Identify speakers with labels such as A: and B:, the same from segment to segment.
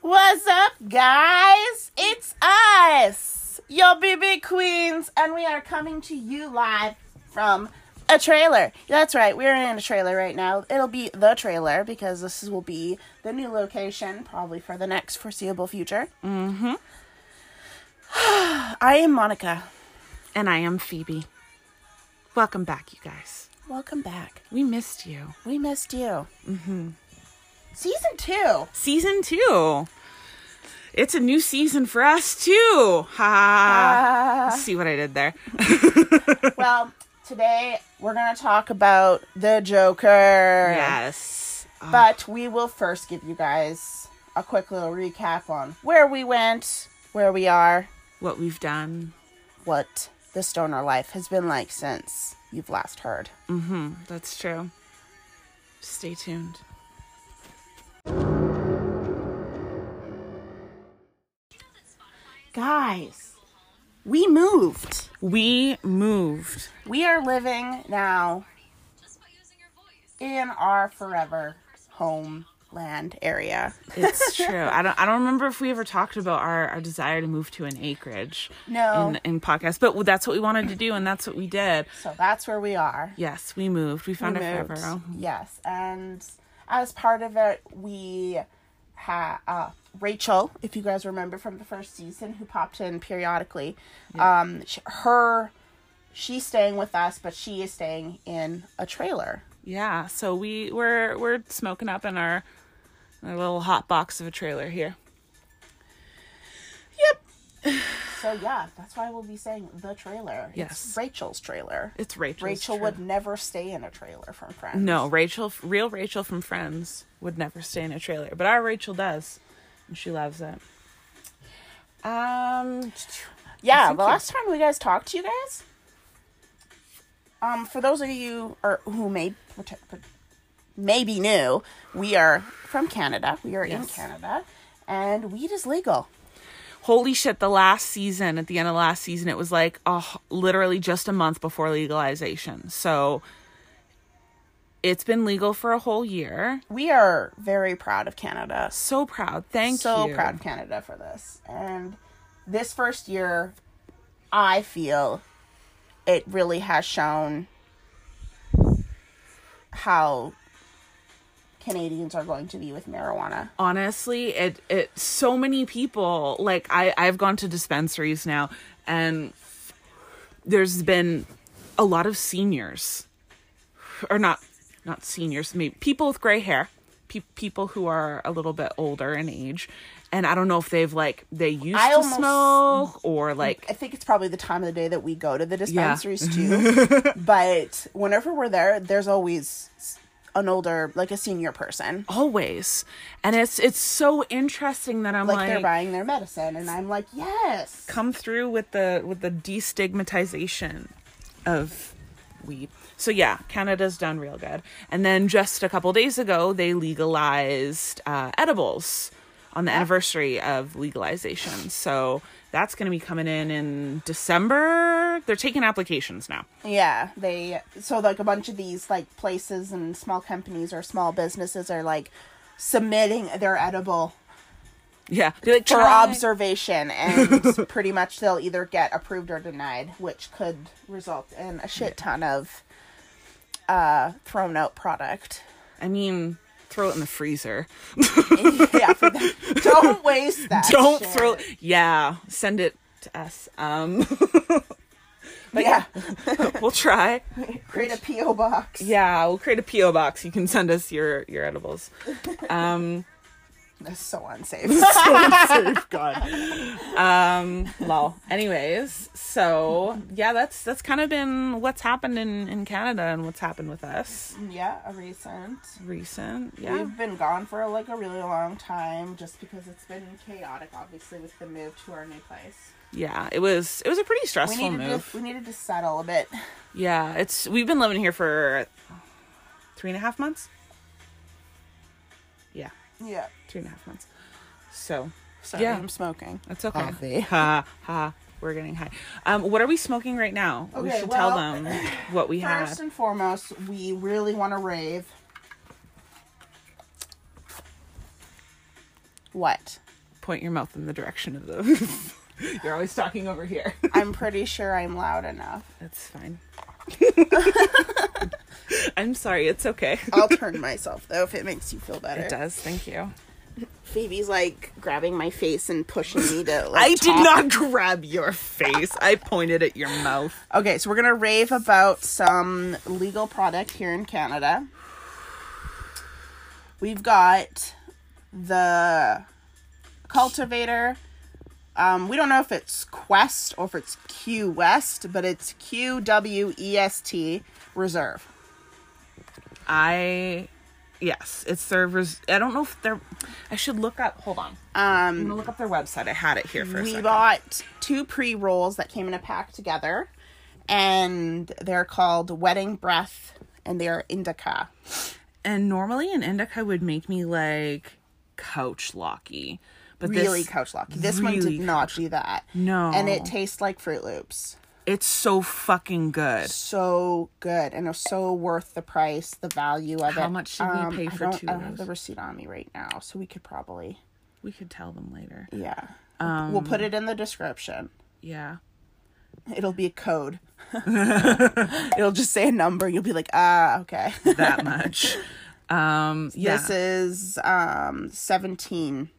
A: What's up, guys? It's us, your BB Queens, and we are coming to you live from a trailer. That's right, we're in a trailer right now. It'll be the trailer because this is- will be the new location probably for the next foreseeable future. Mm hmm. I am Monica.
B: And I am Phoebe. Welcome back, you guys.
A: Welcome back.
B: We missed you.
A: We missed you. Mm hmm. Season two.
B: Season two. It's a new season for us, too. Ha.
A: Ah.
B: See what I did there.
A: Well, today we're going to talk about the Joker. Yeah.
B: Yes. Uh,
A: But we will first give you guys a quick little recap on where we went, where we are,
B: what we've done.
A: what the stoner life has been like since you've last heard.
B: Mm-hmm. That's true. Stay tuned.
A: Guys, we moved.
B: We moved.
A: We are living now in our forever homeland area.
B: It's true. I don't. I don't remember if we ever talked about our, our desire to move to an acreage.
A: No.
B: In in podcast, but that's what we wanted to do, and that's what we did.
A: So that's where we are.
B: Yes, we moved. We found our
A: removed.
B: forever home.
A: Yes, and as part of it, we had uh, Rachel, if you guys remember from the first season, who popped in periodically. Um, sh her, she's staying with us, but she is staying in a trailer.
B: Yeah, so we we're we're smoking up in our in our little hot box of a trailer here. Yep,
A: So yeah, that's why we'll be saying the trailer.
B: Yes.
A: it's Rachel's trailer.
B: it's Rachel.
A: Rachel would never stay in a trailer from friends.
B: no Rachel, real Rachel from Friends would never stay in a trailer, but our Rachel does, and she loves it. Um,
A: Yeah,
B: Thank
A: the
B: you.
A: last time we guys talked to you guys, um, for those of you or who may prote- pro- may be new, we are from Canada. We are in
B: Yes.
A: Canada, and weed is legal.
B: holy shit! The last season, at the end of last season, it was like oh, literally just a month before legalization. So it's been legal for a whole year.
A: We are very proud of Canada.
B: So proud. Thank
A: so
B: you.
A: proud of Canada for this. And this first year, I feel it really has shown how Canadians are going to be with marijuana.
B: honestly it it so many people like i i've gone to dispensaries now and there's been a lot of seniors or not not seniors maybe people with gray hair pe- people who are a little bit older in age and i don't know if they've like they used
A: I
B: to
A: almost-
B: smoke or like
A: I think it's probably the time of the day that we go to the dispensaries too. but whenever we're there, there's always an older, like a senior person.
B: always and it's it's so interesting that i'm
A: Like,
B: like,
A: they're buying their medicine, and I'm like, yes,
B: come through with the with the destigmatization of weed. So yeah, Canada's done real good. And then just a couple days ago, they legalized uh, edibles on the anniversary of legalization. So that's going to be coming in in December. They're taking applications now.
A: yeah. They so like a bunch of these like places and small companies or small businesses are like submitting their edible
B: Yeah, they're like
A: for
B: "Try."
A: observation, and pretty much they'll either get approved or denied, which could result in a shit ton of uh thrown out product.
B: I mean, throw it in the freezer.
A: yeah, for that. Don't waste that.
B: Don't
A: shit.
B: throw. Yeah, send it to us. Um,
A: But yeah,
B: we'll try.
A: create a PO box.
B: Yeah, we'll create a PO box. You can send us your your edibles. Um,
A: That's so unsafe.
B: um, lol. Anyways, so yeah, that's that's kind of been what's happened in in Canada and what's happened with us
A: yeah, a recent.
B: recent. Yeah,
A: We've been gone for like a really long time, just because it's been chaotic, obviously, with the move to our new place.
B: yeah. It was it was a pretty
A: We
B: stressful
A: needed
B: move.
A: to we needed to settle a bit.
B: Yeah, it's we've been living here for three and a half months. Yeah,
A: Yeah.
B: three and a half months. So
A: Sorry,
B: Yeah.
A: I'm smoking.
B: that's okay.
A: Coffee.
B: Ha ha. We're getting high. Um, what are we smoking right now? we
A: Okay,
B: should tell
A: well,
B: them what we have.
A: First and foremost, we really want to rave. What?
B: point your mouth in the direction of the. You're always talking over here.
A: I'm pretty sure I'm loud enough.
B: That's fine. I'm sorry. It's okay.
A: I'll turn myself though if it makes you feel better.
B: It does. Thank you.
A: Phoebe's like grabbing my face and pushing me to. Like,
B: I did
A: talk.
B: not grab your face. I pointed at your mouth.
A: Okay, so we're gonna rave about some legal product here in Canada. We've got the cultivator. Um, we don't know if it's Quest or if it's Q West, but it's Q W E S T Reserve.
B: I. Yes, it's servers. I don't know if they're. I should look up. Hold on. I'm
A: Um,
B: gonna look up their website. I had it here for a
A: we
B: second.
A: bought two pre rolls that came in a pack together, and they're called Wedding Breath, and they are indica.
B: and normally an indica would make me like couch locky, but
A: really
B: this
A: couch locky. This one
B: really
A: did not do that.
B: No.
A: And it tastes like Fruit Loops.
B: it's so fucking good.
A: So good. And it's so worth the price, the value of it. Um,
B: How much did we pay for
A: I don't,
B: two
A: I
B: of
A: don't have the
B: those?
A: receipt on me right now, so we could probably
B: We could tell them later.
A: yeah. we'll
B: Um,
A: put it in the description.
B: Yeah.
A: It'll be a code. It'll just say a number. You'll be like, ah, okay.
B: That much. um yeah.
A: This is um seventeen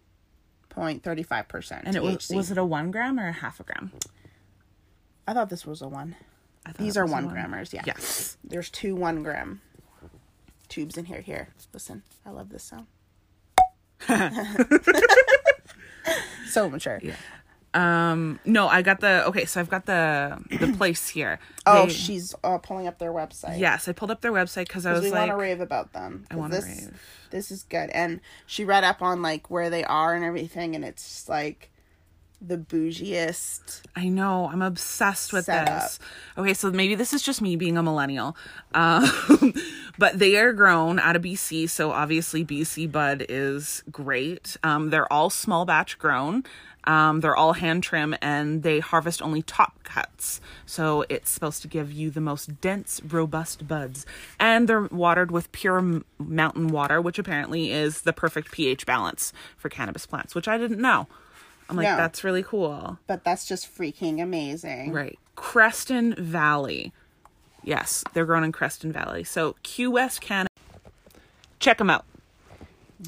A: point thirty five percent.
B: and it was was it a 1 gram or a half a gram?
A: I thought this was a one.
B: I thought
A: These
B: it
A: are
B: was a
A: one grammers, yeah.
B: Yes.
A: There's two one gram tubes in here. Here, listen. I love this sound. so mature.
B: Um no, I got the Okay, so I've got the the place here.
A: Oh,
B: They-
A: she's uh, pulling up their website.
B: Yes, I pulled up their website cuz I
A: 'Cause we
B: was like
A: want to rave about them. I
B: wanna
A: this,
B: rave.
A: This is good, and she read up on like where they are and everything, and it's just, like the bougiest.
B: I know. I'm obsessed with
A: Set up.
B: this. Okay, so maybe this is just me being a millennial. Um, but they are grown out of BC, so obviously BC bud is great. Um, they're all small batch grown. Um, they're all hand trim and they harvest only top cuts. So it's supposed to give you the most dense, robust buds. And they're watered with pure m- mountain water, which apparently is the perfect pH balance for cannabis plants, which I didn't know. I'm like,
A: No.
B: that's really cool.
A: But that's just freaking amazing.
B: Right. Creston Valley. Yes, they're grown in Creston Valley. So Q West Canada. Check them out.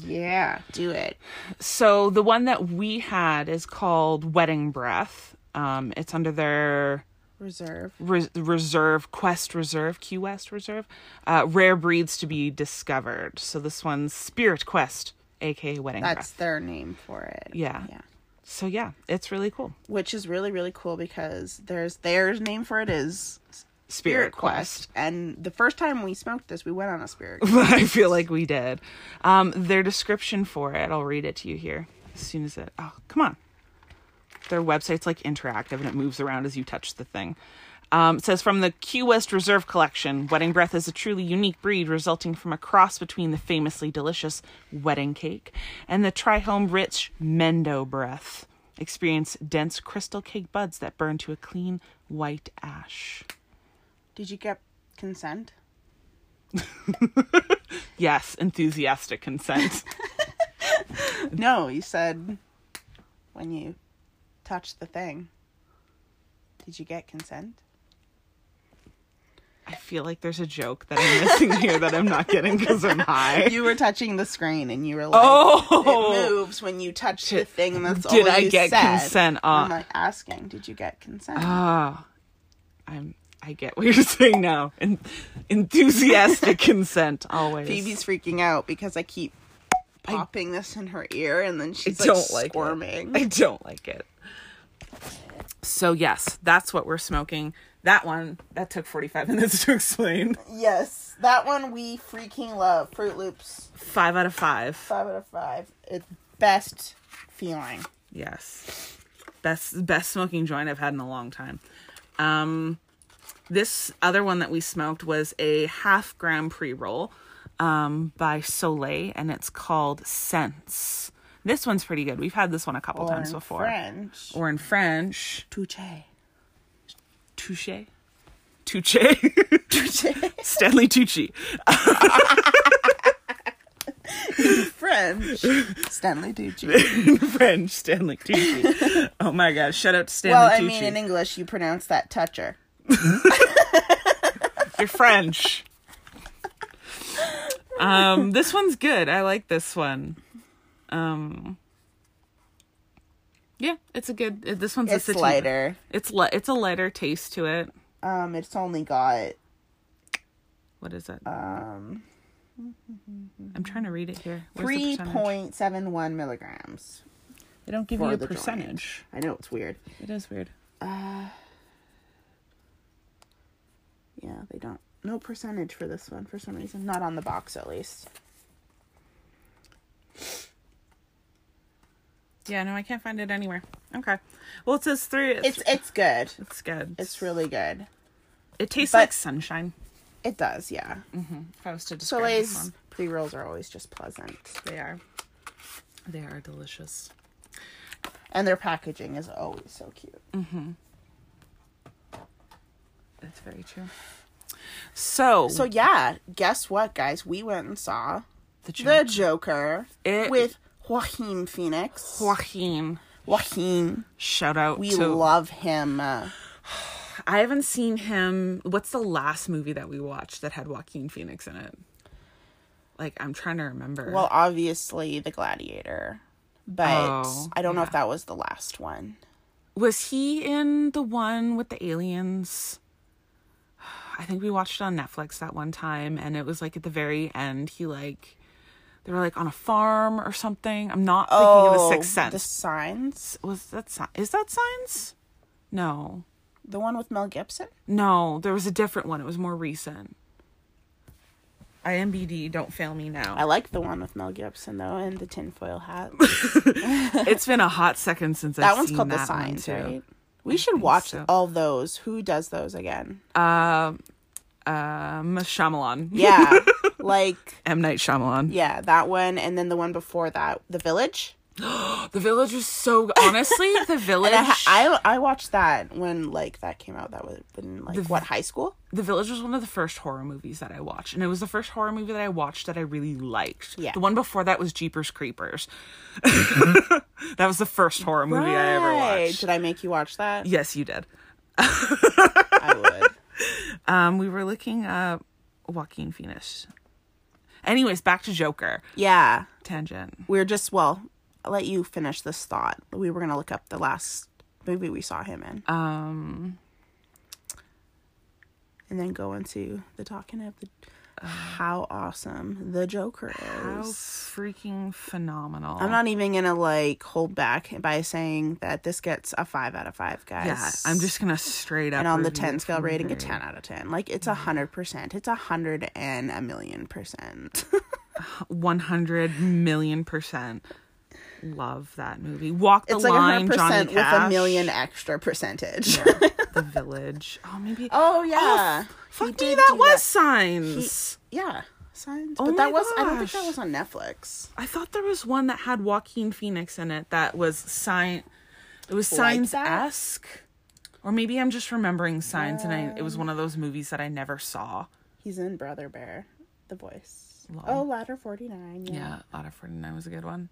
A: Yeah, do it.
B: So the one that we had is called Wedding Breath. Um, it's under their
A: Reserve.
B: res- reserve quest reserve q west reserve uh, rare breeds to be discovered so this one's spirit quest aka wedding
A: That's
B: breath
A: their name for it.
B: yeah.
A: Yeah.
B: so yeah it's really cool
A: which is really really cool because there's their name for it is
B: spirit, quest.
A: and the first time we smoked this we went on a spirit quest.
B: I feel like we did. Um, their description for it, I'll read it to you here as soon as it. Oh, come on. Their website's like interactive and it moves around as you touch the thing. Um, it says from the Q West Reserve Collection, Wedding Breath is a truly unique breed resulting from a cross between the famously delicious wedding cake and the tri-home rich Mendo Breath. Experience dense crystal cake buds that burn to a clean white ash.
A: did you get consent
B: Yes, enthusiastic consent.
A: no you said when you touched the thing did you get consent
B: I feel like there's a joke that I'm missing here that I'm not getting because I'm high.
A: you were touching the screen and you were like
B: Oh,
A: it moves when you touch the thing and that's
B: Did
A: all
B: I
A: you
B: get
A: said.
B: consent? Uh,
A: i'm like asking did you get consent
B: Ah, I'm. I get what you're saying now. En- enthusiastic consent always.
A: Phoebe's freaking out because I keep popping this in her ear and then she's
B: I
A: like
B: don't like it.
A: squirming.
B: I don't like it. So yes, that's what we're smoking. That one that took 45 minutes to explain.
A: Yes, that one we freaking love. Fruit Loops,
B: Five out of five.
A: five out of five. It's best feeling.
B: Yes, best best smoking joint I've had in a long time. Um, this other one that we smoked was a half gram pre roll um, by Soleil, and it's called Sense. This one's pretty good. We've had this one a couple
A: Or
B: times
A: in
B: before.
A: French.
B: Or in French,
A: Touche.
B: touche, touche, Stanley Tucci.
A: French. Stanley Tucci.
B: in French, Stanley Tucci. oh my gosh, shout out to Stanley
A: Well, I
B: Tucci.
A: mean, in English, you pronounce that toucher.
B: You're French. um, this one's good. I like this one. Um, yeah, it's a good. it- This one's
A: It's
B: a sativa.
A: lighter.
B: It's li- It's a lighter taste to it.
A: Um, it's only got
B: What is it? Um, I'm trying to read it here. Where's the
A: three
B: percentage?
A: point seven one milligrams.
B: They don't give
A: for
B: you a
A: the joint.
B: percentage.
A: I know it's weird.
B: It is weird.
A: Yeah, they don't. No percentage for this one for some reason. Not on the box, at least.
B: Yeah, no, I can't find it anywhere. Okay. Well, it says three. It's
A: It's
B: it's,
A: it's good.
B: good.
A: It's really good.
B: it tastes
A: but-
B: like sunshine.
A: It does, yeah.
B: If I was to describe this
A: Soleil's
B: one,
A: pre rolls are always just pleasant,
B: they are. They are delicious.
A: and their packaging is always so cute.
B: Mm-hmm. That's very true. So,
A: So yeah, guess what, guys? We went and saw The
B: the, Joker
A: Joker
B: It-
A: with Joaquin Phoenix.
B: Joaquin.
A: Joaquin,
B: Shout out
A: we
B: to.
A: love him. Uh,
B: I haven't seen him. What's the last movie that we watched that had Joaquin Phoenix in it? Like I'm trying to remember.
A: well, obviously The Gladiator, but
B: Oh,
A: I don't know if that was the last one.
B: was he in the one with the aliens? I think we watched it on Netflix that one time, and it was like at the very end, he like they were like on a farm or something. I'm not thinking of the Sixth Sense.
A: Oh, The Signs,
B: was that Si- is that Signs? No,
A: the one with Mel Gibson.
B: No, there was a different one. It was more recent. IMBD, don't fail me
A: I
B: now.
A: like the one with Mel Gibson though, and the tinfoil hat.
B: it's been a hot second since
A: That
B: I've
A: one's
B: seen
A: called The
B: that one,
A: Signs,
B: too.
A: right? We should watch
B: so.
A: all those. Who does those again?
B: Um, Shyamalan.
A: Yeah, like
B: M Night Shyamalan.
A: yeah, that one, and then the one before that, The Village.
B: The Village was so good. honestly, The Village.
A: And I, ha- I I watched that when like that came out. That was in like what high school?
B: The Village was one of the first horror movies that I watched, and it was the first horror movie that I watched that I really liked.
A: Yeah.
B: The one before that was Jeepers Creepers. that was the first horror movie I ever
A: Mm-hmm. Right.
B: watched.
A: Did I make you watch that?
B: Yes, you did.
A: I would.
B: Um, we were looking up Joaquin Phoenix. Anyways, back to Joker
A: Yeah,
B: tangent.
A: we are just well. I'll let you finish this thought. We were gonna look up the last movie we saw him in,
B: Um,
A: and then go into the talking of the how awesome the Joker
B: uh, how
A: is.
B: freaking phenomenal!
A: I'm not even gonna like hold back by saying that this gets a five out of five, guys.
B: Yeah, I'm just gonna straight up.
A: and on the
B: review
A: 10
B: this
A: scale rating a
B: movie.
A: 10 out of 10 like it's a hundred percent it's a hundred and a million percent
B: 100 million percent. Love that movie. Walk the
A: it's like a
B: line,
A: hundred
B: Johnny
A: percent with
B: Cash.
A: a million extra percentage
B: the Village. Oh, maybe.
A: oh yeah
B: fuck me.
A: did
B: That
A: do
B: was
A: that.
B: Signs.
A: yeah signs
B: Oh
A: but that
B: my
A: was i don't think that
B: gosh.
A: was on netflix
B: I thought there was one that had Joaquin Phoenix in it that was sign it was signs esque. Or maybe I'm just remembering signs and I it was one of those movies that I never saw.
A: he's in brother bear the voice oh ladder 49 yeah.
B: Yeah, Out of 49 was a good one.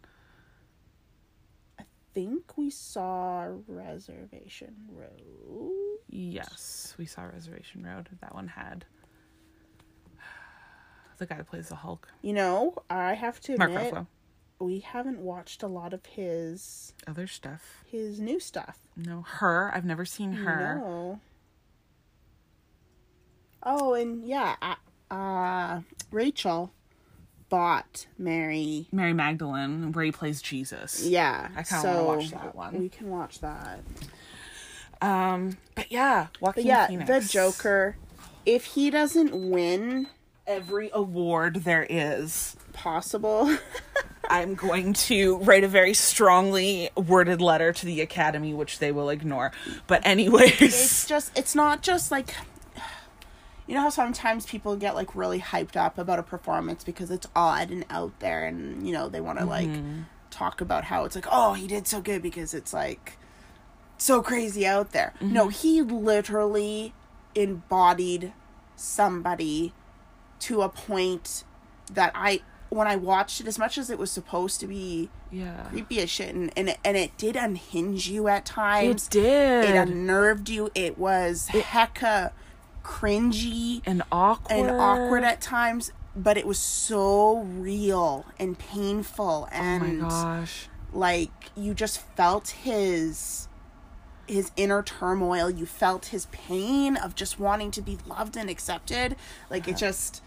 A: i think we saw reservation road
B: Yes. We saw Reservation Road. That one had the guy that plays the Hulk.
A: you know i have to
B: Mark
A: admit
B: Ruffalo.
A: we haven't watched a lot of his
B: Other stuff.
A: his new stuff
B: No. Her. I've never seen her.
A: No. Oh, and yeah, uh, uh, Rachel bought Mary.
B: Mary Magdalene, where he plays Jesus.
A: Yeah,
B: I kinda
A: so
B: wanna watch that one.
A: We can watch that.
B: Um but yeah, Joaquin
A: But yeah,
B: Phoenix.
A: the Joker. If he doesn't win,
B: Every award there is.
A: possible.
B: I'm going to write a very strongly worded letter to the Academy, which they will ignore. But, anyways,
A: it's just it's not just like you know how sometimes people get like really hyped up about a performance because it's odd and out there and you know they want to like talk about how it's like oh he did so good because it's like so crazy out there no he literally embodied somebody to a point that i when I watched it, as much as it was supposed to be
B: Yeah.
A: creepy as shit, and and it, and it did unhinge you at times.
B: It did.
A: It unnerved you. It was hecka cringy
B: and awkward.
A: and awkward at times, but it was so real and painful
B: Oh my
A: and
B: gosh.
A: like you just felt his his inner turmoil you felt his pain of just wanting to be loved and accepted like it just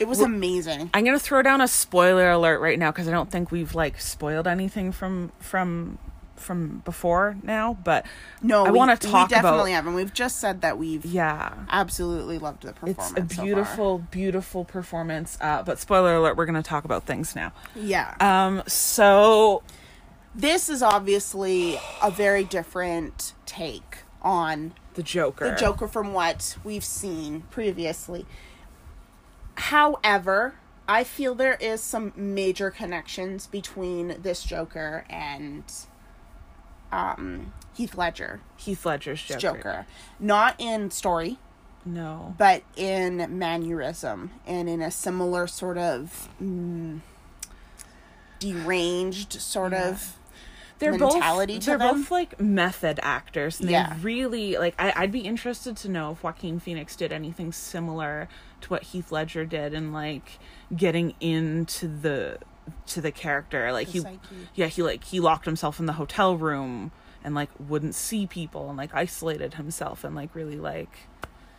A: it was amazing
B: I'm gonna throw down a spoiler alert right now because I don't think we've like spoiled anything from from from before now, but
A: no
B: I
A: we-
B: want to talk
A: we definitely
B: about
A: haven't we've just said that we've
B: yeah.
A: absolutely loved the performance
B: It's a
A: so far.
B: beautiful, beautiful performance. Uh, but spoiler alert, we're gonna talk about things now.
A: yeah
B: Um, so
A: this is obviously a very different take on
B: the Joker.
A: the Joker from what we've seen previously. However, I feel there is some major connections between this Joker and um, Heath Ledger's
B: Heath Ledger's Joker.
A: Joker. Not in story,
B: No.
A: but in mannerism and in a similar sort of mm, deranged sort of.
B: they're
A: mentality
B: both,
A: to
B: they're
A: them.
B: both like method actors and
A: Yeah.
B: they really like I, i'd be interested to know if joaquin phoenix did anything similar to what heath ledger did in like getting into the to the character like he
A: psyche.
B: yeah he like he locked himself in the hotel room and like wouldn't see people and like isolated himself and like really like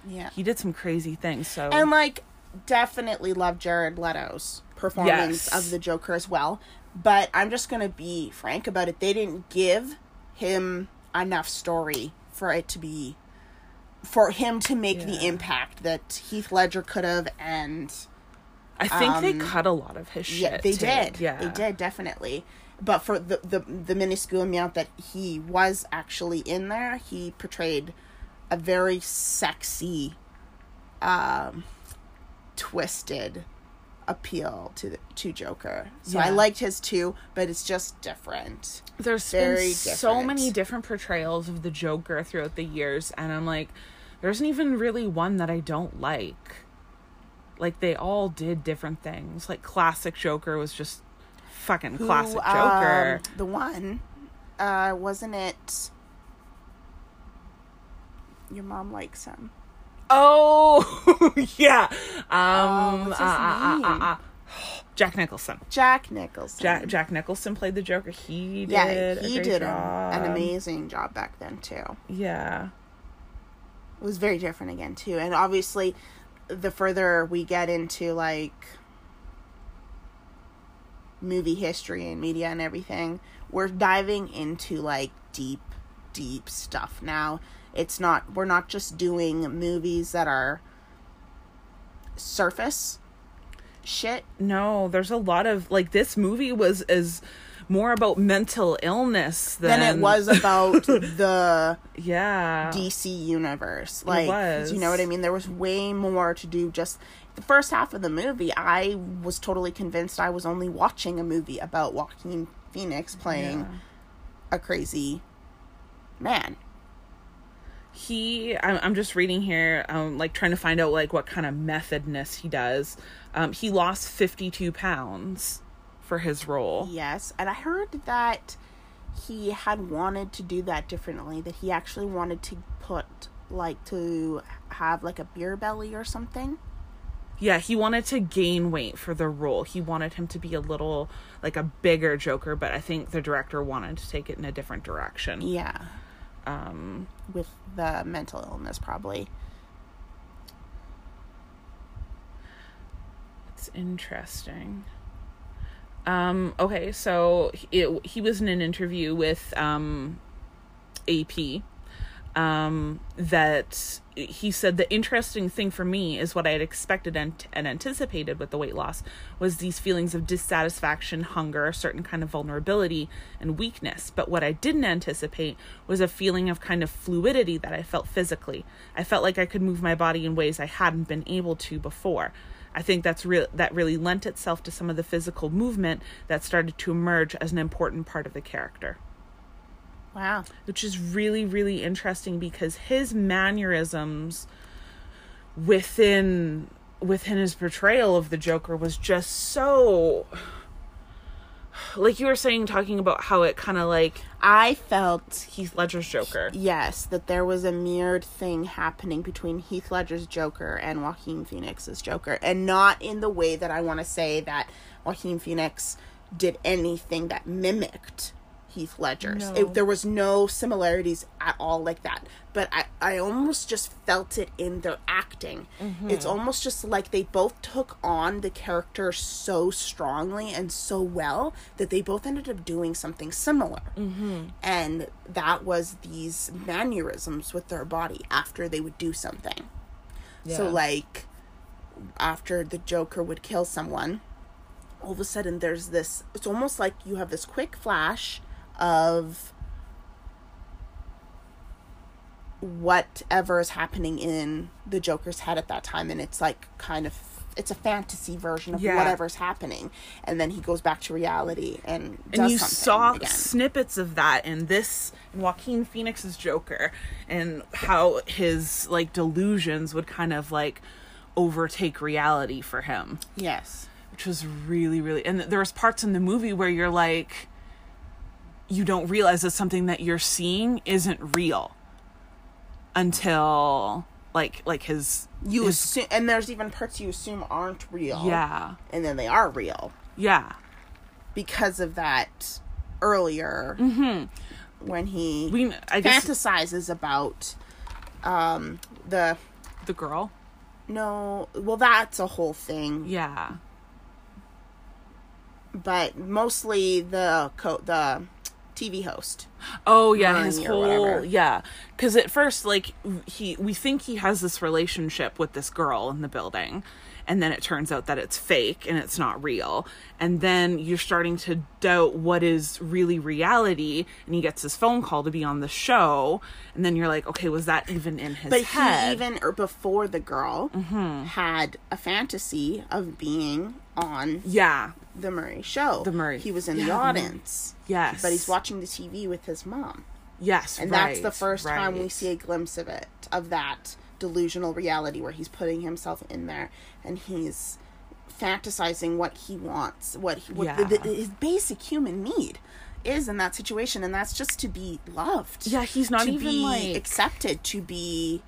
A: Yeah.
B: he did some crazy things so
A: And like, definitely love Jared Leto's performance
B: Yes.
A: of the Joker as well. But I'm just gonna be frank about it. They didn't give him enough story for it to be, for him to make the
B: Yeah.
A: impact that Heath Ledger could have, and
B: i think they
A: um,
B: cut a lot of his shit
A: yeah, they
B: too.
A: did.
B: yeah
A: they did definitely. But for the the the minuscule amount that he was actually in there, he portrayed a very sexy, um, twisted appeal to the to Joker. So I
B: Yeah.
A: liked his too, but it's just different.
B: There's
A: Very
B: been so
A: different.
B: many different portrayals of the Joker throughout the years, and I'm like, there isn't even really one that I don't like. Like they all did different things. Like classic Joker was just fucking
A: Who,
B: classic
A: um,
B: Joker.
A: the one, uh, wasn't it? Your mom likes him.
B: oh yeah. Um
A: Oh, what's his
B: uh, uh, uh,
A: name?
B: uh, uh, Jack Nicholson.
A: Jack Nicholson.
B: Jack Jack Nicholson played the Joker. He did.
A: yeah,
B: a
A: he
B: great
A: did a,
B: job.
A: an amazing job back then too.
B: Yeah.
A: it was very different again too and obviously the further we get into like movie history and media and everything we're diving into like deep deep stuff now it's not we're not just doing movies that are surface shit
B: No, there's a lot of like this movie was is more about mental illness than,
A: than it was about the
B: yeah.
A: DC universe. Like,
B: was.
A: you know what I mean? There was way more to do. Just the first half of the movie, I was totally convinced I was only watching a movie about Joaquin Phoenix playing
B: Yeah.
A: a crazy man.
B: He, I'm, I'm just reading here, um, like trying to find out like what kind of methodness he does. Um, he lost 52 pounds for his role.
A: Yes, and I heard that he had wanted to do that differently. That he actually wanted to put like to have like a beer belly or something.
B: Yeah, he wanted to gain weight for the role. He wanted him to be a little like a bigger Joker, but I think the director wanted to take it in a different direction.
A: Yeah,
B: Um,
A: with the mental illness probably.
B: It's interesting. Um, okay, so he- it, he was in an interview with um, AP um, that he said the interesting thing for me is what I had expected and, and anticipated with the weight loss was these feelings of dissatisfaction, hunger, a certain kind of vulnerability and weakness. But what I didn't anticipate was a feeling of kind of fluidity that I felt physically. I felt like I could move my body in ways I hadn't been able to before. I think that's real that really lent itself to some of the physical movement that started to emerge as an important part of the character
A: Wow.
B: which is really really interesting because his mannerisms within within his portrayal of the Joker was just so like you were saying talking about how it kind of like
A: I felt
B: Heath Ledger's Joker.
A: yes that there was a mirrored thing happening between Heath Ledger's Joker and Joaquin Phoenix's Joker, and not in the way that I want to say that Joaquin Phoenix did anything that mimicked Heath Ledger's.
B: No.
A: It, there was no similarities at all like that, but I I almost just felt it in their acting. It's almost just like they both took on the character so strongly and so well that they both ended up doing something similar and that was these mannerisms with their body after they would do something. So
B: Yeah.
A: like after the Joker would kill someone, all of a sudden there's this it's almost like you have this quick flash of whatever is happening in the Joker's head at that time and it's like kind of it's a fantasy version of
B: Yeah.
A: whatever's happening and then he goes back to reality and does
B: and you
A: something
B: saw
A: again.
B: snippets of that in this in Joaquin Phoenix's Joker and how his like delusions would kind of like overtake reality for him,
A: yes
B: which was really really and there was parts in the movie where you're like you don't realize that something that you're seeing isn't real until like like his
A: you
B: his-
A: assume and there's even parts you assume aren't real
B: yeah
A: and then they are real
B: yeah
A: because of that earlier when he
B: Mm-hmm. we I guess
A: fantasizes about um the
B: the girl
A: no well that's a whole thing
B: yeah
A: but mostly the co- the tv host
B: Oh yeah,
A: money
B: his
A: or
B: whole
A: whatever.
B: yeah. Because at first, like he, we think he has this relationship with this girl in the building, and then it turns out that it's fake and it's not real. And then you're starting to doubt what is really reality. And he gets his phone call to be on the show, and then you're like, okay, was that even in his
A: but
B: head? Mm-hmm.
A: he even or before the girl had a fantasy of being on
B: yeah,
A: the murray show the
B: Murray-
A: he was in
B: yeah,
A: the
B: the Murray.
A: audience
B: yes,
A: but he's watching the TV with his mom.
B: Yes,
A: And that's the
B: right,
A: first time we
B: right.
A: see a glimpse of it, of that delusional reality where he's putting himself in there and he's fantasizing what he wants, what, he, what the,
B: Yeah.
A: the, his basic human need is in that situation. And that's just to be loved.
B: Yeah, he's not
A: to
B: even,
A: be
B: like-
A: accepted, to be,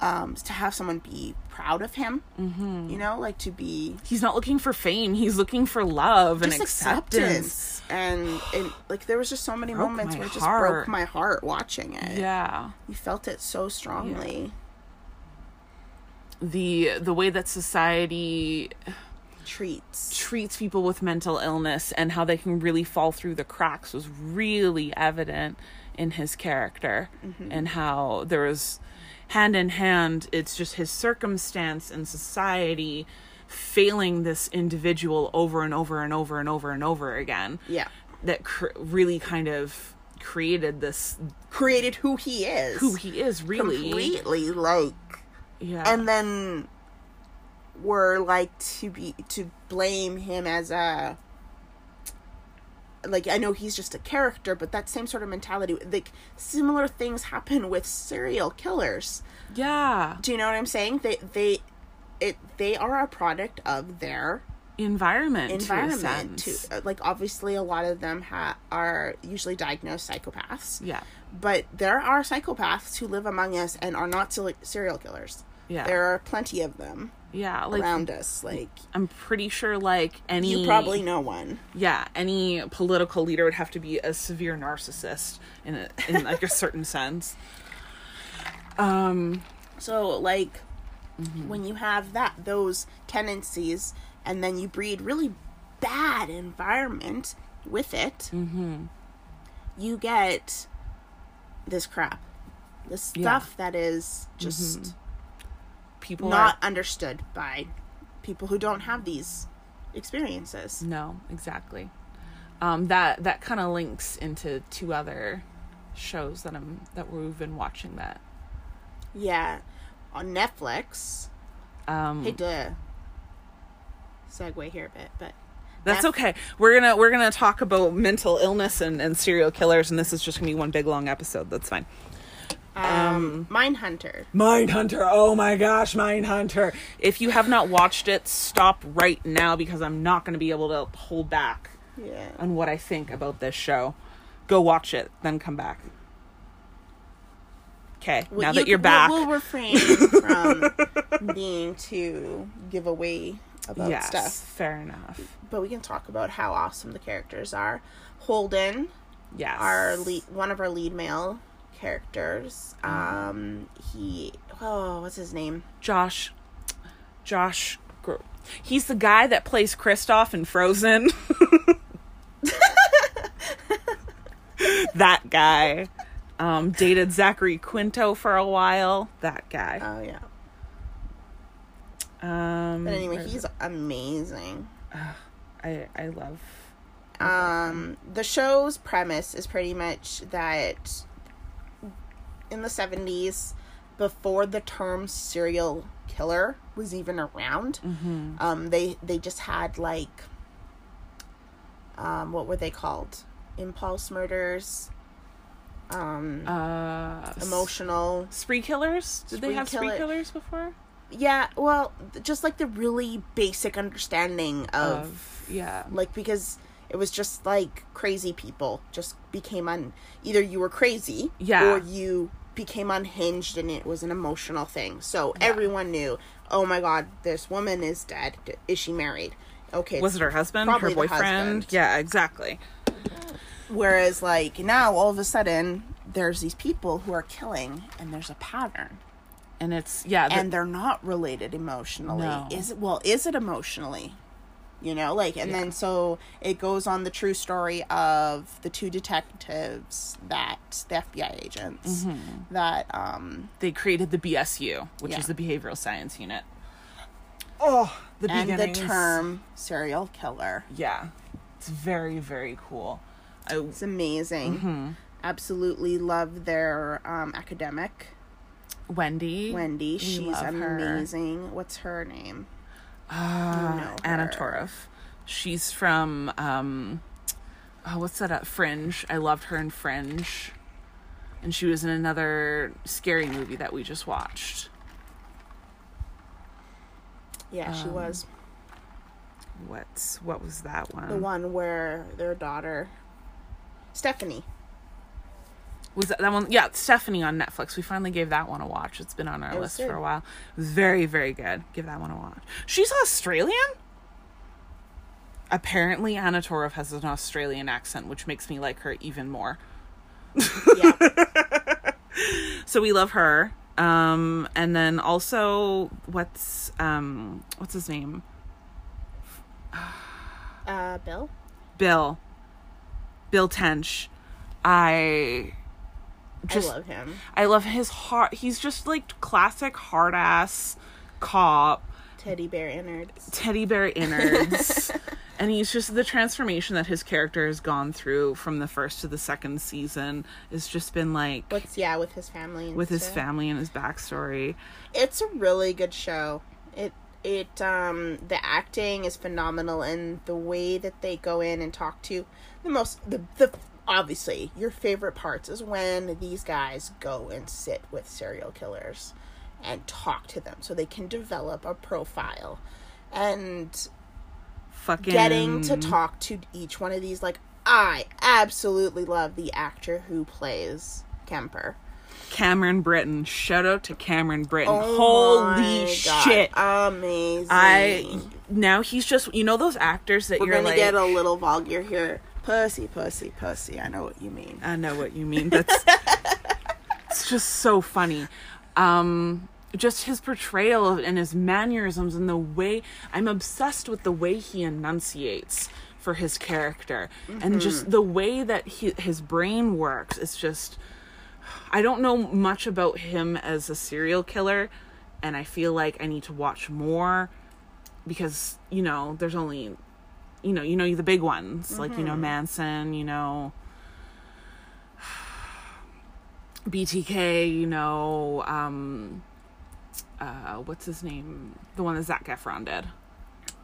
A: um, to have someone be proud of him, mm-hmm. you know, like to be
B: He's not looking for fame. He's looking for love and
A: just
B: acceptance.
A: acceptance. And, and like there was just so many
B: Broke
A: moments
B: my
A: where it just broke
B: heart.
A: my heart watching it.
B: Yeah.
A: You felt it so strongly.
B: the the way that society
A: Treats.
B: treats people with mental illness and how they can really fall through the cracks was really evident in his character
A: Mm-hmm.
B: and how there was hand in hand it's just his circumstance and society failing this individual over and over and over and over and over again
A: Yeah.
B: that cr- really kind of created this
A: Created who he is.
B: who he is really
A: completely like
B: yeah
A: and then were like to be to blame him as a like I know he's just a character, but that same sort of mentality like similar things happen with serial killers.
B: yeah
A: Do you know what I'm saying? They they it they are a product of their
B: environment to a
A: environment to, uh,
B: sense.
A: like obviously a lot of them ha- are usually diagnosed psychopaths
B: yeah
A: but there are psychopaths who live among us and are not se- serial killers
B: Yeah.
A: there are plenty of them
B: yeah like
A: around us like
B: I'm pretty sure like any
A: you probably know one
B: yeah any political leader would have to be a severe narcissist in a, in like a certain sense. Um
A: so like
B: Mm-hmm.
A: when you have that those tendencies and then you breed really bad environment with it
B: Mm-hmm.
A: you get this crap this
B: Yeah. Mm-hmm.
A: stuff that is just
B: people
A: not
B: are,
A: understood by people who don't have these experiences.
B: no exactly. Um that that kind of links into two other shows that I'm that we've been watching that
A: Yeah. On Netflix,
B: um
A: hate to segue here a bit, but
B: that's
A: Netf-
B: okay we're gonna we're gonna talk about mental illness and, and serial killers and this is just gonna be one big long episode that's fine
A: um, Mindhunter.
B: Mindhunter. Oh my gosh, Mindhunter. If you have not watched it, stop right now because I'm not going to be able to hold back
A: Yeah.
B: on what I think about this show. Go watch it, then come back. Okay,
A: Well,
B: now
A: you-
B: that you're back.
A: we'll, we'll refrain from being too give away about
B: yes,
A: stuff,
B: fair enough.
A: but we can talk about how awesome the characters are. Holden,
B: Yes.
A: our lead, one of our lead male characters.
B: Mm-hmm.
A: Um, he oh, what's his name?
B: Josh. Josh. Gro- He's the guy that plays Kristoff in Frozen. that guy. Um, dated Zachary Quinto for a while. That guy.
A: Oh yeah.
B: Um,
A: Uh, But anyway,
B: where is
A: he's amazing.
B: it? I, I love.
A: Um, the show's premise is pretty much that in the 70s, before the term serial killer was even around,
B: Mm-hmm.
A: um, they, they just had like, um, what were they called? Impulse murders, um,
B: Uh, s-
A: emotional.
B: Spree killers? Did they
A: Spree
B: have spree
A: killer-
B: killers before?
A: Yeah, well, just like the really basic understanding of
B: Of yeah.
A: like because it was just like crazy people just became un either you were crazy
B: Yeah.
A: or you became unhinged and it was an emotional thing so everyone knew oh my god this woman is dead D- is she married okay
B: Was it her husband?
A: Probably
B: Her
A: the
B: boyfriend?
A: husband.
B: Yeah, exactly.
A: whereas like now all of a sudden there's these people who are killing and there's a pattern
B: And it's yeah. the-
A: and they're not related emotionally.
B: No.
A: Is it well, is it emotionally? You know, like and then so it goes on the true story of the two detectives that the FBI agents
B: Mm-hmm.
A: that um
B: they created the BSU, which
A: Yeah.
B: is the behavioral science unit. Oh, the
A: and the
B: beginnings.
A: term serial killer.
B: Yeah, it's very very cool. Uh, I,
A: It's amazing.
B: Mm-hmm.
A: Absolutely love their um academic
B: Wendy.
A: Wendy.
B: we
A: She's
B: love her.
A: amazing. What's her name?
B: Ah,
A: You know
B: Anna
A: her.
B: Torov. She's from um, oh, what's that? Uh, Fringe. I loved her in Fringe, and she was in another scary movie that we just watched.
A: Yeah, she
B: Um,
A: was
B: What's what was that one?
A: the one where their daughter Stephanie
B: Was that, that one? Yeah, Stephanie on Netflix. We finally gave that one a watch. It's been on our
A: It was
B: list for
A: good.
B: a while. It was very, very good. Give that one a watch. She's Australian? Apparently, Anna Torov has an Australian accent, which makes me like her even more.
A: yeah.
B: So we love her. Um, and then also, what's um, what's his name?
A: Uh, Bill?
B: Bill. Bill Tench. I just
A: I love him.
B: I love his heart. He's just like classic hard ass cop.
A: Teddy bear innards.
B: teddy bear innards and he's just the transformation that his character has gone through from the first to the second season has just been like
A: What's yeah with his family? and
B: with his
A: shit.
B: family and his backstory
A: It's a really good show. It it um the acting is phenomenal and the way that they go in and talk to the most the the obviously your favorite parts is when these guys go and sit with serial killers and talk to them so they can develop a profile and
B: fucking
A: getting to talk to each one of these like i absolutely love the actor who plays kemper
B: cameron britton shout out to cameron britton
A: Oh my
B: holy
A: God.
B: shit
A: Amazing.
B: i now he's just you know those actors that
A: We're
B: you're
A: gonna
B: like
A: get a little vulgar here. Pussy, pussy, pussy. I know what you mean.
B: I know what you mean. That's it's just so funny. Um just his portrayal of- and his mannerisms and the way I'm obsessed with the way he enunciates for his character and just the way that he, his brain works it's just I don't know much about him as a serial killer and I feel like I need to watch more because you know there's only you know you know the big ones like you know Manson you know BTK, you know, um, uh, what's his name? The one that Zach Efron did.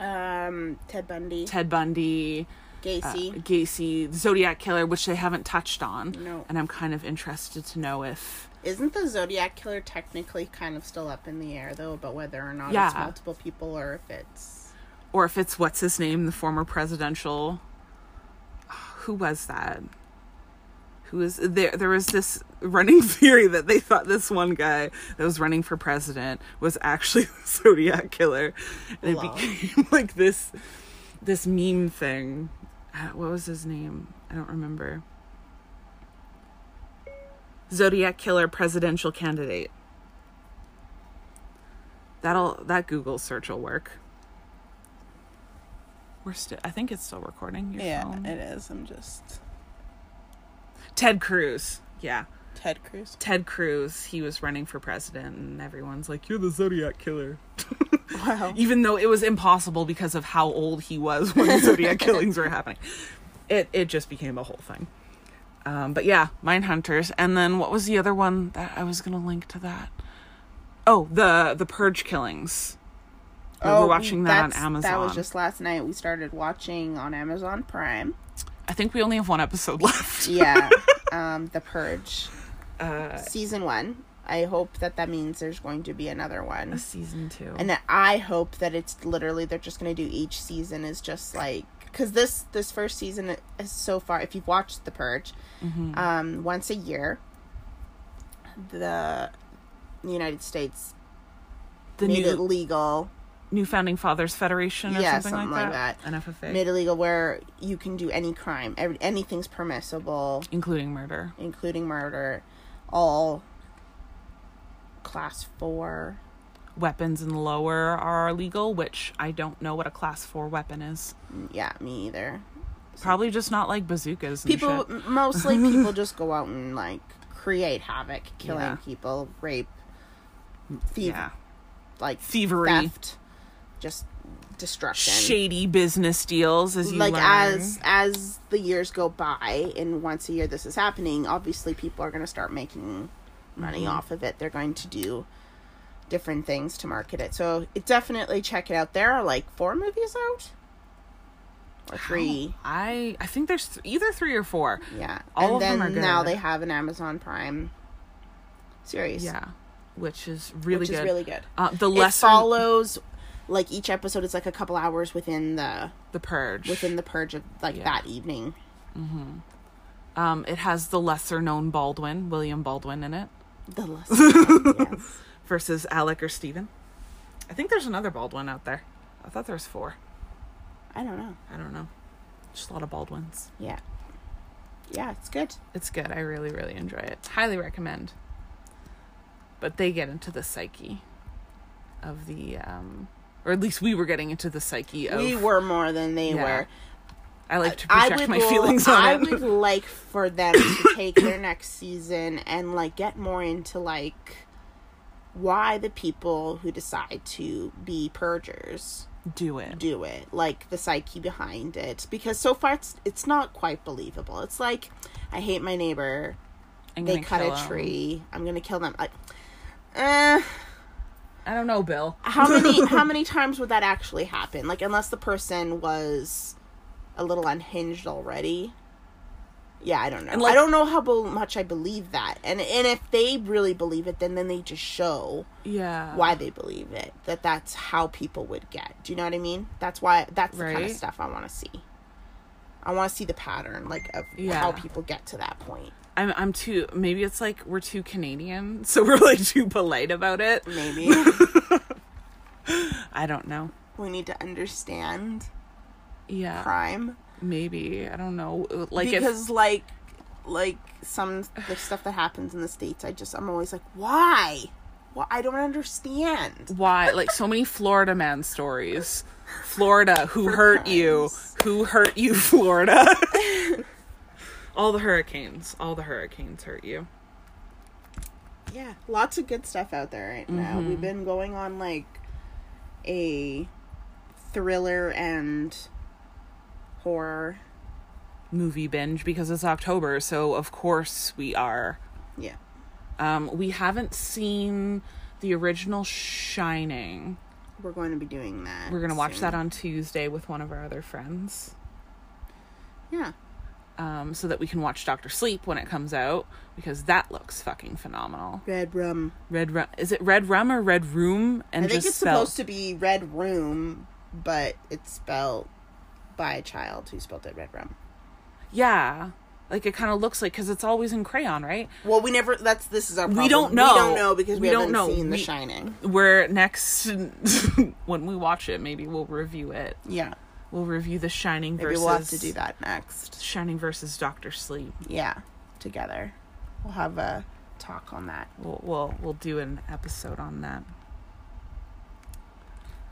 A: Um, Ted Bundy.
B: Ted Bundy.
A: uh, Gacy.
B: Gacy, Zodiac Killer, which they haven't touched on.
A: No.
B: And I'm kind of interested to know if.
A: Isn't the Zodiac Killer technically kind of still up in the air, though, about whether or not it's
B: Yeah.
A: multiple people or if it's.
B: Or if it's what's his name, the former presidential. Who was that? Who was there? There was this running theory that they thought this one guy that was running for president was actually the Zodiac Killer, and
A: Lol.
B: it became like this, this meme thing. Uh, What was his name? I don't remember. Zodiac Killer presidential candidate. That'll that Google search will work. We're still. I think it's still recording. Your phone.
A: it is. I'm just.
B: Ted Cruz. Yeah.
A: Ted Cruz.
B: Ted Cruz, he was running for president, and everyone's like, You're the Zodiac killer.
A: Wow.
B: Even though it was impossible because of how old he was when the Zodiac killings were happening. It, it just became a whole thing. Um, but yeah, Mine Hunters. And then what was the other one that I was going to link to that? Oh, the the Purge killings. We were watching that on
A: Oh, that's-
B: Amazon.
A: That was just last night. We started watching on Amazon Prime.
B: I think we only have one episode left.
A: Yeah. um, The Purge.
B: Uh,
A: Season one. I hope that that means there's going to be another one.
B: Season two.
A: and that I hope that it's literally they're just gonna do each season is just like because this this first season is so far if you've watched The Purge,
B: Mm-hmm.
A: um, once a year, the United States
B: the
A: made it
B: new,
A: legal
B: new Founding Fathers Federation or
A: Yeah,
B: something, like that. NFFA.
A: made it legal where you can do any crime, every, anything's permissible,
B: including murder.
A: including murder, all class four.
B: weapons and lower are legal, which I don't know what a class four weapon is.
A: Yeah, me either.
B: Probably just not like bazookas. And
A: people
B: shit.
A: m- mostly people just go out and like create havoc killing
B: Yeah. Mm,
A: people rape thief
B: yeah,
A: like
B: thievery,
A: theft just destruction
B: shady business deals, as you
A: like
B: learn.
A: as as the years go by and once a year this is happening obviously people are going to start making money
B: Mm-hmm.
A: off of it they're going to do different things to market it so it definitely check it out there are like four movies out or three
B: I I think there's th- either three or four.
A: Yeah.
B: All
A: and
B: of
A: then
B: them are good.
A: now they have an Amazon Prime series.
B: Yeah, which is really
A: which
B: good.
A: is really good.
B: Uh, the
A: It
B: lesser
A: follows like each episode is like a couple hours within the
B: the purge
A: within the purge of like
B: Yeah.
A: that evening.
B: um it has the lesser known Baldwin William Baldwin in it
A: The lesson. yes.
B: versus Alec or Steven. I think there's another Baldwin out there. I thought there was four.
A: I don't know.
B: I don't know. Just a lot of Baldwins.
A: Yeah. Yeah, it's good.
B: It's good. I really, really enjoy it. Highly recommend. But they get into the psyche of the, um, or at least we were getting into the psyche of.
A: We were more than they
B: Yeah.
A: were.
B: I like to
A: I
B: project
A: would
B: my
A: l-
B: feelings on
A: I
B: it.
A: would like for them to take their next season and like get more into like why the people who decide to be purgers
B: do it.
A: do it like the psyche behind it because so far it's it's not quite believable it's like i hate my neighbor
B: I'm
A: they
B: gonna
A: cut
B: kill
A: a
B: 'em.
A: tree i'm gonna kill them like eh,
B: I don't know, Bill.
A: how many how many times would that actually happen like unless the person was a little unhinged already yeah i don't know
B: And, like-
A: i don't know how bel- much i believe that and and if they really believe it then then they just show
B: Yeah.
A: why they believe it that that's how people would get do you know what i mean that's why that's the kind of
B: Right.
A: stuff i want to see i want to see the pattern like of
B: Yeah.
A: how people get to that point
B: I'm, I'm too, maybe it's like we're too Canadian, so we're like too polite about it.
A: maybe
B: I don't know.
A: we need to understand
B: Yeah.
A: crime
B: Maybe. I don't know. Like,
A: because like like some the stuff that happens in the states i just i'm always like why well i don't
B: if,
A: understand
B: why? Like, so many Florida man stories. Florida, who hurt you?
A: crimes.
B: Who hurt you, Florida? all the hurricanes. All the hurricanes hurt you.
A: yeah lots of good stuff out there right
B: Mm-hmm.
A: now we've been going on like a thriller and horror
B: Movie binge because it's October, so of course we are.
A: yeah
B: Um, we haven't seen the original Shining.
A: we're going to be doing that
B: We're gonna watch
A: soon.
B: that on Tuesday with one of our other friends.
A: Yeah.
B: um, so that we can watch Doctor Sleep when it comes out because that looks fucking phenomenal.
A: Red rum.
B: Red rum is it Red Rum or Red Room? And
A: I think
B: just
A: it's
B: spelled-
A: supposed to be red room, but it's spelled by a child who spelled it red rum.
B: yeah, like it kind of looks like because it's always in crayon, right?
A: Well, we never. That's this is our. Problem.
B: We don't know.
A: We don't know because we,
B: We
A: haven't
B: don't know.
A: seen The
B: We-
A: Shining.
B: We're next when we watch it. Maybe we'll review it.
A: Yeah,
B: We'll review The Shining
A: maybe
B: versus
A: we'll have to do that next.
B: Shining versus Doctor Sleep.
A: Yeah, together, we'll have a talk on that.
B: We'll we'll, we'll do an episode on that.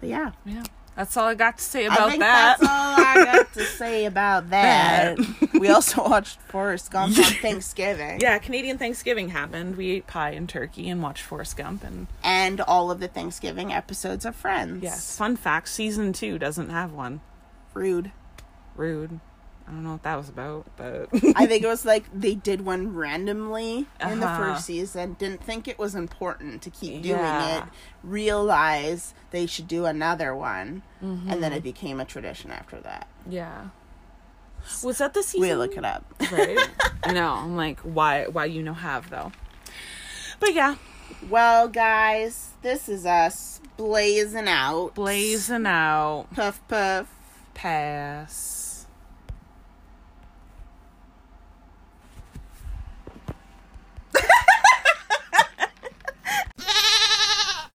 A: But yeah,
B: Yeah, that's all I got to say
A: I
B: about
A: think
B: that.
A: that's all I got to say about that. we also watched Forrest Gump on Thanksgiving,
B: yeah, Canadian Thanksgiving happened. We ate pie and turkey and watched Forrest Gump and
A: and all of the Thanksgiving episodes of Friends.
B: Yes. Fun fact season two doesn't have one.
A: rude.
B: Rude. I don't know what that was about, but.
A: I think it was like they did one randomly in the
B: Uh-huh.
A: first season, didn't think it was important to keep doing it,
B: Yeah.
A: realize they should do another one, and
B: Mm-hmm.
A: then it became a tradition after that.
B: yeah. Was that the season?
A: We look it up.
B: Right? I know. I'm like, why? Why you no have though? But yeah,
A: well, guys, this is us blazing out.
B: blazing out,
A: Puff, puff.
B: pass.